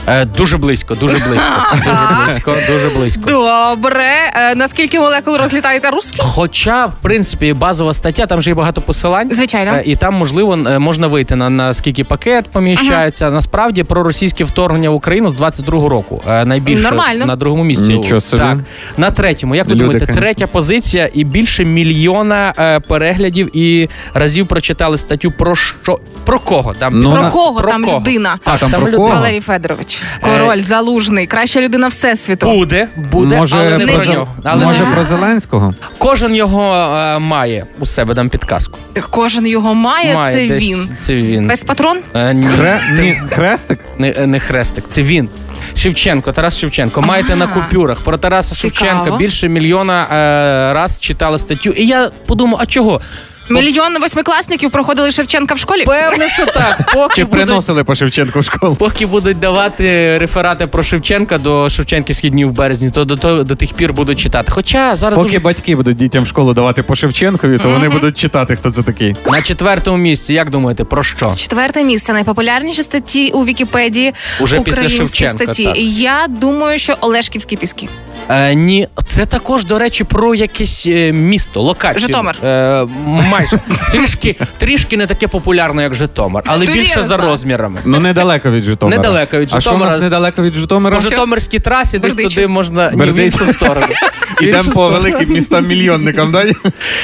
Speaker 4: Е, Дуже близько, дуже близько. Дуже близько, дуже близько.
Speaker 3: Добре. Е, Наскільки молекул розлітаються русські?
Speaker 4: Хоча, в принципі, базова стаття, там же є багато посилань.
Speaker 3: Звичайно.
Speaker 4: Е, І там, можливо, н- е, можна вийти на, на скільки пакет поміщається. Насправді про російське вторгнення в Україну з 22-го року. е, Найбільше
Speaker 3: Нормально.
Speaker 4: на другому місці.
Speaker 5: Нічого собі.
Speaker 4: Так. На третьому, як ви
Speaker 5: Люди,
Speaker 4: думаєте,
Speaker 5: конечно.
Speaker 4: третя позиція і більше мільйона е, переглядів і разів прочитали статтю про що про кого там
Speaker 5: Ну,
Speaker 4: під-
Speaker 5: на-
Speaker 3: Про кого
Speaker 4: про
Speaker 3: там
Speaker 4: кого?
Speaker 3: людина?
Speaker 5: А, там
Speaker 4: Там
Speaker 5: про
Speaker 4: люди-
Speaker 5: кого?
Speaker 3: Валерій Федорович, король,
Speaker 4: Е,
Speaker 3: залужний, краща людина всесвіту.
Speaker 4: Буде, буде,
Speaker 5: може,
Speaker 4: але не
Speaker 5: про,
Speaker 4: про
Speaker 5: Зел-
Speaker 4: нього. Але
Speaker 5: може
Speaker 4: не-
Speaker 5: про Зеленського?
Speaker 4: кожен його е, має у себе дам підказку.
Speaker 3: Кожен його має,
Speaker 4: має
Speaker 3: це
Speaker 4: десь-
Speaker 3: він.
Speaker 4: Це він.
Speaker 3: Весь патрон?
Speaker 4: Е, ні,
Speaker 5: Хре... Ні, хрестик?
Speaker 4: не, не хрестик, це він. Шевченко, Тарас Шевченко. Маєте на купюрах про Тараса
Speaker 3: Цікаво.
Speaker 4: Шевченка більше мільйона е, раз читали статтю. І я подумав, а чого?
Speaker 3: Мільйон восьмикласників проходили Шевченка в школі.
Speaker 4: Певно, що так. Поки
Speaker 5: Чи
Speaker 4: будуть-
Speaker 5: приносили по Шевченку в школу?
Speaker 4: Поки будуть давати реферати про Шевченка до Шевченківських днів в березні, то до, то, до тих пір будуть читати. Хоча зараз
Speaker 5: Поки
Speaker 4: дуже...
Speaker 5: батьки будуть дітям в школу давати по Шевченкові, то вони будуть читати, хто це такий.
Speaker 4: на четвертому місці, як думаєте, про що?
Speaker 3: Четверте місце найпопулярніші статті у Вікіпедії
Speaker 4: Уже після
Speaker 3: українські
Speaker 4: Шевченка,
Speaker 3: статті.
Speaker 4: так.
Speaker 3: І я думаю, що Олешківські піски.
Speaker 4: Е, ні, це також, до речі, про якесь е, місто, локацію.
Speaker 3: Житомир.
Speaker 4: Е, майже. Трішки, трішки не таке популярне, як Житомир, але
Speaker 3: Тоді я
Speaker 4: більше
Speaker 3: не
Speaker 4: за
Speaker 3: знаю.
Speaker 4: розмірами.
Speaker 5: Ну, недалеко від Житомира.
Speaker 4: Недалеко від
Speaker 5: А що у
Speaker 4: Житомира.
Speaker 5: нас недалеко від Житомира?
Speaker 4: По Житомирській трасі десь
Speaker 3: Бердичів.
Speaker 4: туди можна ні, в
Speaker 5: Бердичів.
Speaker 4: іншу сторону. В іншу
Speaker 5: Ідемо по
Speaker 4: сторону.
Speaker 5: великим містам мільйонникам, да?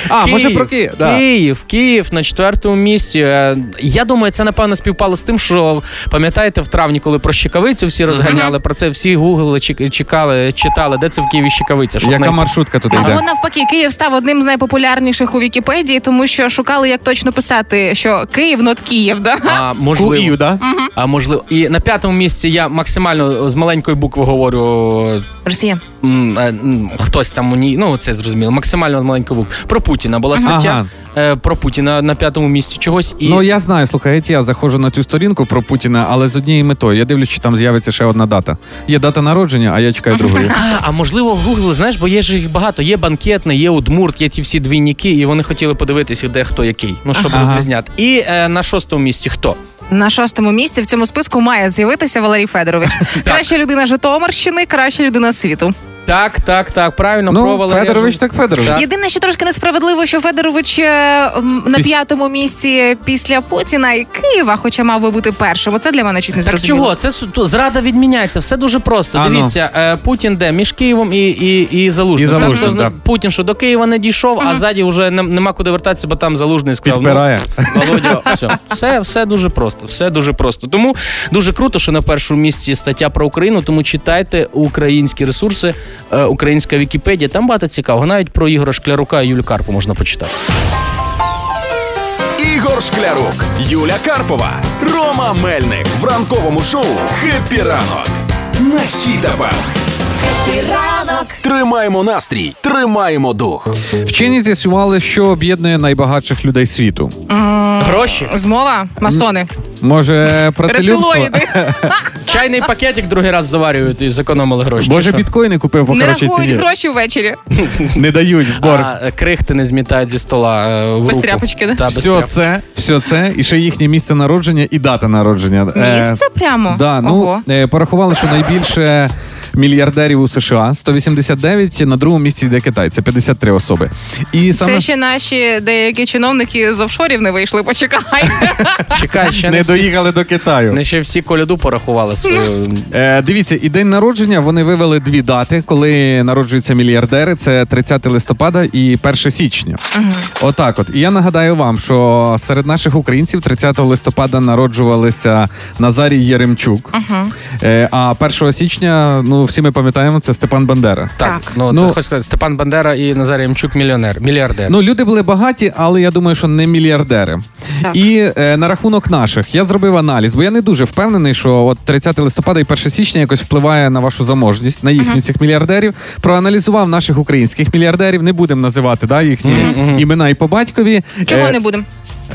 Speaker 5: А, може про Київ? Да.
Speaker 4: Київ, Київ на четвертому місці. Е, Я думаю, це напевно співпало з тим, що пам'ятаєте, в травні, коли про щекавицю всі розганяли, про це всі гуглили, чек- чекали, читали, де це в Києві щекавиця. щоб
Speaker 5: Яка
Speaker 4: най-
Speaker 5: маршрутка туди
Speaker 3: Або
Speaker 5: йде?
Speaker 3: навпаки, Київ став одним з найпопулярніших у Вікіпедії, тому що шукали, як точно писати, що Київ, нот Київ, да?
Speaker 4: А можливо,
Speaker 5: Куїв, да?
Speaker 4: а можливо, і на п'ятому місці я максимально з маленької букви говорю
Speaker 3: Росія.
Speaker 4: м, е, м, хтось там у ній, ну це зрозуміло, максимально з маленької букви. Про Путіна була стаття е, про Путіна на п'ятому місці чогось і
Speaker 5: Ну я знаю, слухай, геть я заходжу на цю сторінку про Путіна, але з однією метою. Я дивлюсь, чи там з'явиться ще одна дата. Є дата народження, а я чекаю другої.
Speaker 4: А, а можливо, гугли, знаєш, бо є ж їх багато. Є банкетне, є Удмурт, є ті всі двійники, і вони хотіли подивитися, де хто який. Ну щоб
Speaker 5: Ага.
Speaker 4: розрізняти. І е, на шостому місці хто?
Speaker 3: На шостому місці в цьому списку має з'явитися Валерій Федорович. Краща людина Житомирщини, краща людина світу.
Speaker 4: Так, так, так, правильно,
Speaker 5: Ну,
Speaker 4: про Валерія
Speaker 5: Федорович
Speaker 4: Жу-
Speaker 5: так Федорович.
Speaker 4: Так.
Speaker 3: Єдине, що трошки несправедливо, що Федорович е, м, на
Speaker 5: Піс-
Speaker 3: п'ятому місці після Путіна і Києва, хоча мав би бути першим. Оце для мене чуть не
Speaker 4: Так
Speaker 3: зрозуміло.
Speaker 4: чого? Це су- то зрада відміняється. Все дуже просто.
Speaker 5: А, ну.
Speaker 4: Дивіться, е, Путін де між Києвом і, і, і Залужним.
Speaker 5: І
Speaker 4: Так,
Speaker 5: Залужним,
Speaker 4: що,
Speaker 5: да.
Speaker 4: Путін що до Києва не дійшов, а ззаді вже не- нема куди вертатися, бо там залужний сказав. ну,
Speaker 5: Підпирає.
Speaker 4: Володя, все. все, все дуже просто. Все дуже просто. Тому дуже круто, що на першому місці стаття про Україну. Тому читайте українські ресурси, е, українська Вікіпедія. Там багато цікавого. Навіть про Ігора Шклярука і Юлю Карпу можна почитати.
Speaker 1: Ігор Шклярук, Юля Карпова, Рома Мельник в ранковому шоу «Хеппі ранок» на Хіт-ФМ.
Speaker 2: ранок.
Speaker 1: Тримаємо настрій, тримаємо дух.
Speaker 5: Вчені з'ясували, що об'єднує найбагатших людей світу.
Speaker 4: Гроші,
Speaker 3: Змова, масони,
Speaker 5: Ну, Може, працелюбство?
Speaker 3: рептилоїди.
Speaker 4: чайний пакетик другий раз заварюють і зекономили гроші.
Speaker 5: Боже,
Speaker 4: Чи що?
Speaker 5: біткоїни купив по
Speaker 3: Не
Speaker 5: хорошій
Speaker 3: рахують
Speaker 5: ціні.
Speaker 3: гроші ввечері.
Speaker 5: Не дають в борг.
Speaker 4: А, е, крихти не змітають зі стола е, в
Speaker 3: Без
Speaker 4: руку.
Speaker 3: тряпочки, да?
Speaker 4: Та, без
Speaker 5: Все
Speaker 4: тряпочки.
Speaker 5: це, все це, і ще їхнє місце народження і дата народження. Е,
Speaker 3: Місце прямо.
Speaker 5: Да, ну
Speaker 3: Ого.
Speaker 5: е, порахували, що найбільше мільярдерів у США 189, на другому місці йде Китай. Це 53 особи. І саме
Speaker 3: Це ще наші деякі чиновники з офшорів не вийшли. Почекайте.
Speaker 4: Чекай, ще не,
Speaker 5: не
Speaker 4: всі,
Speaker 5: доїхали до Китаю.
Speaker 4: не ще всі коляду порахували свою.
Speaker 3: Ну,
Speaker 5: Е, дивіться, і день народження вони вивели дві дати, коли народжуються мільярдери. Це 30 листопада і 1 січня. Отак, от. І я нагадаю вам, що серед наших українців 30 листопада народжувалися Назарій Єремчук. Е, а 1 січня, ну всі ми пам'ятаємо, це Степан Бандера.
Speaker 4: Так,
Speaker 3: Так.
Speaker 4: ну,
Speaker 5: Ну-
Speaker 4: ти хочеш сказати, Степан Бандера і Назарій Ямчук мільйонер, мільярдер.
Speaker 5: Ну, люди були багаті, але я думаю, що не мільярдери.
Speaker 3: Так.
Speaker 5: І е, на рахунок наших я зробив аналіз, бо я не дуже впевнений, що от 30 листопада і 1 січня якось впливає на вашу заможність, на їхню цих мільярдерів. Проаналізував наших українських мільярдерів. Не будемо називати да, їхні імена і по батькові.
Speaker 3: Чого
Speaker 5: Е,
Speaker 3: не будемо?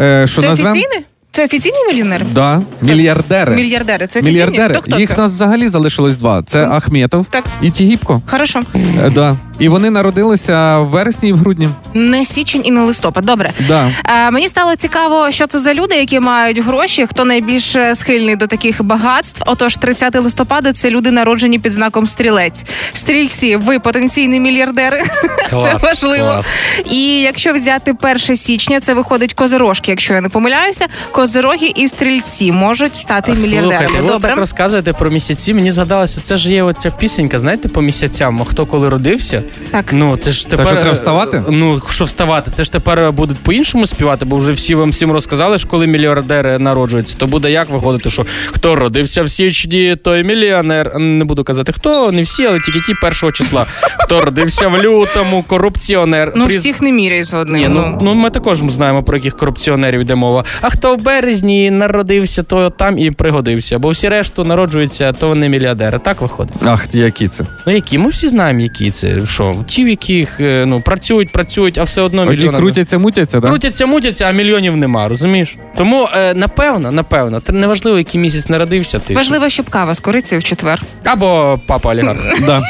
Speaker 5: е, що
Speaker 3: Це
Speaker 5: назвем?
Speaker 3: офіційне? Це офіційні мільйонери?
Speaker 5: Да. Мільярдери.
Speaker 3: Мільярдери. Це офіційні?
Speaker 5: Мільярдери.
Speaker 3: То хто
Speaker 5: Їх
Speaker 3: це?
Speaker 5: нас взагалі залишилось два: це Ахметов
Speaker 3: Так.
Speaker 5: і Тігіпко.
Speaker 3: Хорошо.
Speaker 5: Е, да. І вони народилися в вересні і в грудні.
Speaker 3: Не січень і не листопад. Добре.
Speaker 5: Да.
Speaker 3: Е, мені стало цікаво, що це за люди, які мають гроші, хто найбільш е, схильний до таких багатств. Отож, 30 листопада це люди, народжені під знаком стрілець. Стрільці, ви потенційні мільярдери.
Speaker 4: Клас,
Speaker 3: це важливо.
Speaker 4: клас.
Speaker 3: І якщо взяти 1 січня, це виходить козирожки, якщо я не помиляюся. Козироги і стрільці можуть стати
Speaker 4: Слухайте,
Speaker 3: мільярдерами.
Speaker 4: ви
Speaker 3: Добре.
Speaker 4: так розказуєте про місяці. Мені згадалося, це ж є оця пісенька, знаєте, по місяцям, хто коли родився,
Speaker 3: Так.
Speaker 4: Ну, це ж тепер...
Speaker 5: що, треба вставати?
Speaker 4: Ну, що вставати? Це ж тепер е, будуть по-іншому співати, бо вже всі вам всім розказали, що коли мільярдери народжуються, то буде як виходити, що хто родився в січні, той мільйонер. Не буду казати хто, не всі, але тільки ті першого числа. Хто родився в лютому, корупціонер.
Speaker 3: Ну,
Speaker 4: Пріз-
Speaker 3: всіх не міряй з одним.
Speaker 4: ні, ну, ну ми також знаємо про яких корупціонерів йде мова. А хто в березні народився, то там і пригодився. Бо всі решту народжуються, то вони мільярдери. Так виходить.
Speaker 5: Ах, ті, які це.
Speaker 4: Ну які ми всі знаємо, які це що? Ті, в яких е, ну працюють, працюють, а все одно
Speaker 5: Оті
Speaker 4: мільйони.
Speaker 5: крутяться, мутяться, так?
Speaker 4: Крутяться, мутяться, а мільйонів нема, розумієш? Тому е, напевно, напевно, це неважливо, який місяць народився ти.
Speaker 3: Важливо, щоб кава з корицею в четвер.
Speaker 4: Або папа олігарх.
Speaker 5: Да.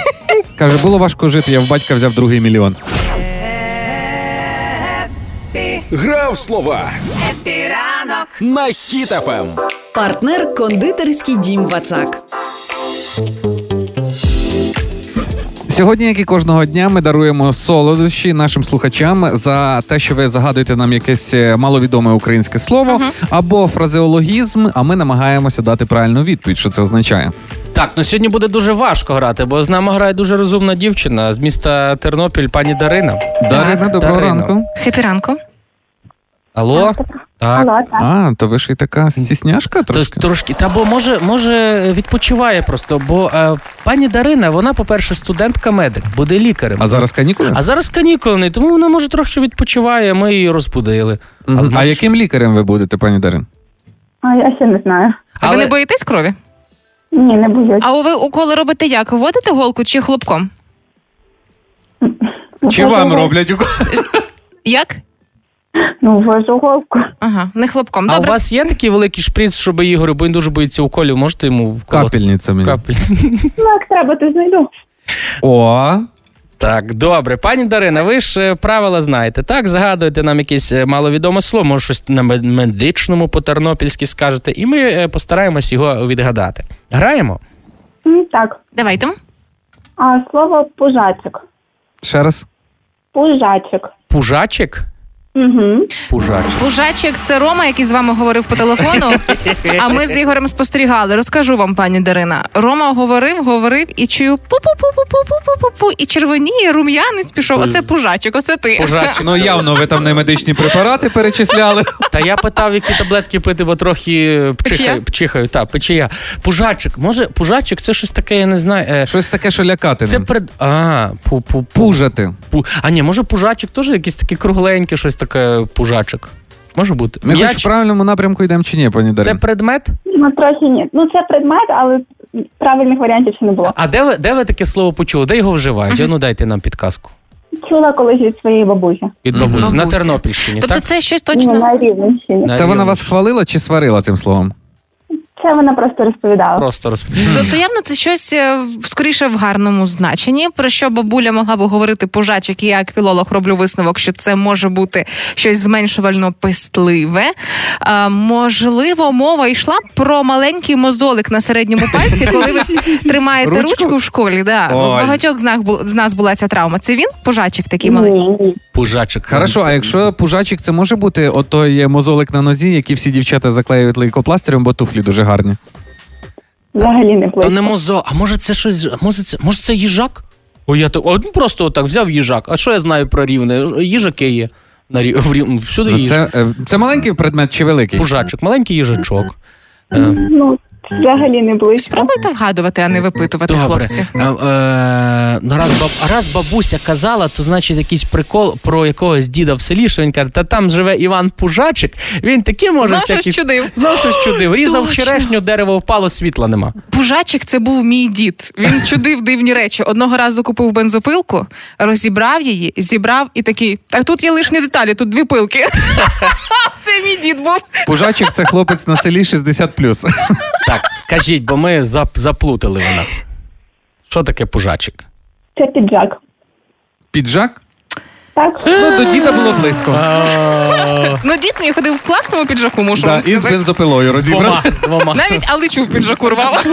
Speaker 5: Каже, було важко жити, я в батька взяв другий мільйон.
Speaker 1: Гра в слова
Speaker 2: піранок,
Speaker 1: на Ем. хітафем.
Speaker 2: партнер кондитерський дім Вацак.
Speaker 5: Сьогодні, як і кожного дня, ми даруємо солодощі нашим слухачам за те, що ви загадуєте нам якесь е, маловідоме українське слово або фразеологізм, а ми намагаємося дати правильну відповідь, що це означає.
Speaker 4: Так, ну сьогодні буде дуже важко грати, бо з нами грає дуже розумна дівчина з міста Тернопіль, пані Дарина.
Speaker 5: Дарина, доброго
Speaker 4: Дарина.
Speaker 5: ранку.
Speaker 3: Хепі ранку.
Speaker 4: Алло? Так.
Speaker 5: А, то ви ж і така стісняшка
Speaker 4: Трошки.
Speaker 5: трошки.
Speaker 4: трошки. Та бо може, може відпочиває просто, бо е, пані Дарина, вона, по-перше, студентка-медик, буде лікарем.
Speaker 5: А зараз канікули?
Speaker 4: А зараз канікули, не, тому вона може трохи відпочиває, ми її розбудили.
Speaker 5: Мгм.
Speaker 4: Але-
Speaker 5: А яким лікарем ви будете, пані Дарин?
Speaker 7: А я ще не знаю.
Speaker 3: А
Speaker 4: Але-
Speaker 3: ви не боїтесь крові?
Speaker 7: Ні, не боюсь.
Speaker 3: А ви уколи робите як? Вводите голку чи хлопком?
Speaker 5: Чи вам роблять укол?
Speaker 3: Як?
Speaker 7: Ну, ввожу головку.
Speaker 3: Ага, не хлопком.
Speaker 4: А у
Speaker 3: Добре.
Speaker 4: вас є такий великий шприц, щоб Ігорю, бо він дуже боїться уколів, можете йому вколоти?
Speaker 5: Капельницями.
Speaker 4: Капель.
Speaker 7: Ну, як треба, то знайду.
Speaker 5: О,
Speaker 4: Так, добре. Пані Дарина, ви ж е, правила знаєте, так? Загадуєте нам якесь е, маловідоме слово, може щось на мед- медичному по-тернопільськи скажете, і ми е, постараємось його відгадати. Граємо?
Speaker 7: М, Ну, Так.
Speaker 3: Давайте.
Speaker 7: А слово пужачок.
Speaker 5: ще раз.
Speaker 7: Пужачок.
Speaker 4: Пужачик?
Speaker 7: Угу.
Speaker 4: Пужачик.
Speaker 3: Пужачик, це Рома, який з вами говорив по телефону. А ми з Ігорем спостерігали. Розкажу вам, пані Дарина. Рома говорив, говорив і чую пу-пу-пу-пу-пу-пу-пу-пу. І червоніє, рум'янець пішов. Оце пужачик, оце ти.
Speaker 4: Пужачик.
Speaker 5: Ну явно ви там не медичні препарати перечисляли.
Speaker 4: Та я питав, які таблетки пити, бо трохи
Speaker 3: Печія?
Speaker 4: пчихаю, пчихаю, та, печія. Пужачик, може, пужачик це щось таке, я не знаю. е,
Speaker 5: Щось таке, що лякати.
Speaker 4: Це
Speaker 5: нам.
Speaker 4: пред. А, пу-пу-пу.
Speaker 5: Пужати.
Speaker 4: Пу- А ні, може пужачик теж якийсь такий кругленький, щось таке пужачик. Може бути.
Speaker 5: Ми хоч
Speaker 4: М'яч?
Speaker 5: в правильному напрямку йдемо чи ні, пані
Speaker 4: Це
Speaker 5: Дарин?
Speaker 4: предмет?
Speaker 7: Ну, трохи ні. Ну, це предмет, але правильних варіантів ще не було.
Speaker 4: А де ви, де ви таке слово почули? Де його вживають? А Ну дайте нам підказку.
Speaker 7: Чула колись від своєї бабусі.
Speaker 4: Від бабусі.
Speaker 3: Бабусі.
Speaker 4: На Тернопільщині,
Speaker 3: Тобто
Speaker 4: так?
Speaker 3: це щось
Speaker 7: Ну,
Speaker 3: точно.
Speaker 7: на Рівненщині.
Speaker 4: На
Speaker 5: Це вона
Speaker 4: рівні.
Speaker 5: вас хвалила чи сварила цим словом?
Speaker 7: Це вона просто розповідала.
Speaker 4: Просто розп...
Speaker 3: Тобто явно це щось е, в- скоріше в гарному значенні, про що бабуля могла б говорити пужачик, і я як філолог роблю висновок, що це може бути щось зменшувально пестливе. Е, можливо, мова йшла про маленький мозолик на середньому пальці, коли ви тримаєте ручку,
Speaker 5: Ручку?
Speaker 3: в школі. Да. У
Speaker 5: Ой.
Speaker 3: багатьох з нас, бу- з нас була ця травма. Це він пужачик такий
Speaker 5: Ну,
Speaker 3: маленький.
Speaker 7: Ні, ні.
Speaker 4: Пужачик.
Speaker 5: Хорошо, а якщо пужачик, це може бути отой мозолик на нозі, який всі дівчата заклеюють лейкопластирем, бо туфлі дуже гарні.
Speaker 7: Взагалі не
Speaker 4: То
Speaker 7: плив.
Speaker 4: не мозо, а може це щось. Може це, може це їжак? О, я так, от, ну, просто отак взяв їжак. А що я знаю про рівне? Їжаки є. На рів... в рів... Всюди
Speaker 5: Ну,
Speaker 4: їж.
Speaker 5: Це, е, це маленький предмет чи великий?
Speaker 4: Пужачик, маленький їжачок. Е,
Speaker 7: Ну, взагалі не близько.
Speaker 3: Спробуйте вгадувати, а не випитувати,
Speaker 4: Добре.
Speaker 3: хлопці.
Speaker 4: Е, е, ну, раз, баб, раз бабуся казала, то значить якийсь прикол про якогось діда в селі, що він каже, та там живе Іван Пужачик, він таке може
Speaker 3: Знав,
Speaker 4: всякі...
Speaker 3: щось чудив.
Speaker 4: Знав щось чудив. Різав
Speaker 3: Точно.
Speaker 4: черешню, дерево впало, світла нема.
Speaker 3: Пужачик це був мій дід. Він чудив дивні речі. Одного разу купив бензопилку, розібрав її, зібрав і такий. А тут є лишні деталі, тут дві пилки. Це мій дід був.
Speaker 5: Пужачик це хлопець на селі 60+.
Speaker 4: Так, кажіть, бо ми зап- заплутали ви нас. Що таке Пужачик?
Speaker 7: Це піджак.
Speaker 5: Піджак?
Speaker 7: Так?
Speaker 5: Ну, до діда було близько.
Speaker 3: Ну, дід мій ходив в класному піджаку, мушу
Speaker 5: Да,
Speaker 3: вам
Speaker 5: і з
Speaker 3: сказати.
Speaker 5: бензопилою
Speaker 4: Двома,
Speaker 5: розібрав.
Speaker 4: двома.
Speaker 3: Навіть Аличу в піджаку рвав.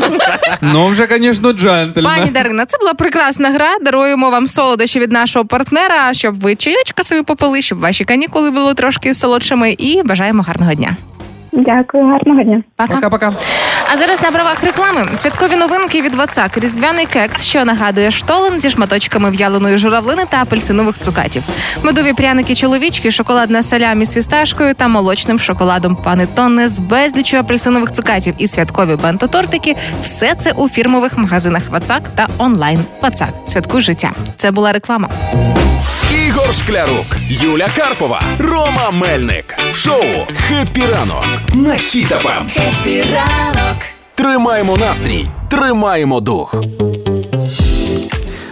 Speaker 5: Ну, вже, звісно,
Speaker 3: Пані
Speaker 5: джентльмен.
Speaker 3: Дарина, це була прекрасна гра. Даруємо вам солодощі від нашого партнера, щоб ви чайочка собі попили, щоб ваші канікули були трошки солодшими. І бажаємо гарного дня.
Speaker 7: Дякую, гарного дня.
Speaker 3: Пока.
Speaker 5: Пока-пока.
Speaker 3: А зараз на правах реклами святкові новинки від Вацак. Різдвяний кекс, що нагадує штолен зі шматочками в'яленої журавлини та апельсинових цукатів. Медові пряники чоловічки, шоколадне салямі з фісташкою та молочним шоколадом панетоне з безлічю апельсинових цукатів і святкові бентотортики. Все це у фірмових магазинах Вацак та онлайн. Вацак. Святкуй життя. Це була реклама.
Speaker 1: Ігор Шклярук, Юля Карпова, Рома Мельник. В шоу «Хеппі ранок» на Хіт-ФМ. Тримаємо настрій, тримаємо дух.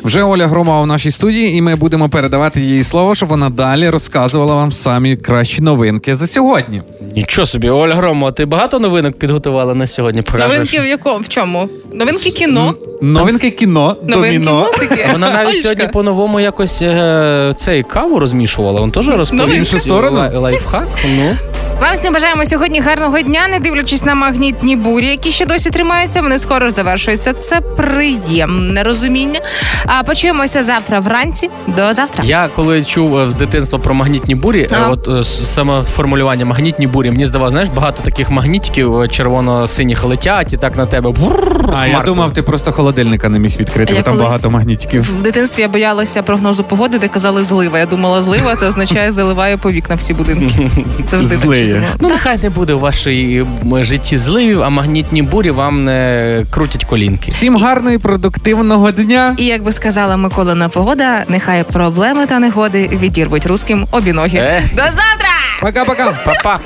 Speaker 5: Вже Оля Громова в нашій студії, і ми будемо передавати їй слово, щоб вона далі розказувала вам самі кращі новинки за сьогодні.
Speaker 4: Нічого собі, Оля Громова, ти багато новинок підготувала на сьогодні? Покажеш?
Speaker 3: Новинки в якому? В чому? Новинки кіно.
Speaker 5: Новинки кіно,
Speaker 3: Ну? Новинки
Speaker 5: доміно.
Speaker 3: музики.
Speaker 4: Вона навіть
Speaker 3: Олечка.
Speaker 4: сьогодні по-новому якось е, цей каву розмішувала. Він теж розповів
Speaker 3: Новинки.
Speaker 5: Іншу сторону?
Speaker 4: лай- лайфхак. Ну.
Speaker 3: Вам всім бажаємо сьогодні гарного дня, не дивлячись на магнітні бурі, які ще досі тримаються. Вони скоро завершуються. Це приємне розуміння. А почуємося завтра вранці. До завтра.
Speaker 4: Я коли чув е, з дитинства про магнітні бурі, е,
Speaker 3: Ага.
Speaker 4: от е, с- саме формулювання магнітні бурі, мені здавалося, знаєш, багато таких магнітиків е, червоно-синіх летять і так на тебе. брррр,
Speaker 5: А я
Speaker 4: хмаркою.
Speaker 5: думав, ти просто холодильника не міг
Speaker 3: А
Speaker 5: відкрити, бо
Speaker 3: я
Speaker 5: там
Speaker 3: колись-
Speaker 5: багато магнітиків.
Speaker 3: В дитинстві я боялася прогнозу погоди, де казали злива. Я думала, злива це означає заливає по вікна всі будинки. Завжди так
Speaker 5: Злиє.
Speaker 3: щось думала.
Speaker 4: Ну, нехай не буде в вашій м, житті зливів, а магнітні бурі вам не крутять колінки.
Speaker 5: Всім гарного і продуктивного дня.
Speaker 3: І як би сказала Миколина погода, нехай проблеми та негоди відірвуть русським обіноги.
Speaker 4: Е.
Speaker 3: До завтра!
Speaker 5: Пока-пока.
Speaker 4: Па-па!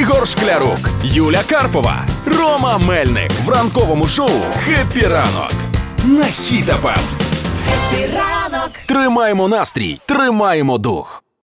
Speaker 1: Ігор Шклярук, Юля Карпова, Рома Мельник в ранковому шоу «Хеппі ранок» Ем. на Хіт-ФМ. Тримаємо настрій, тримаємо дух.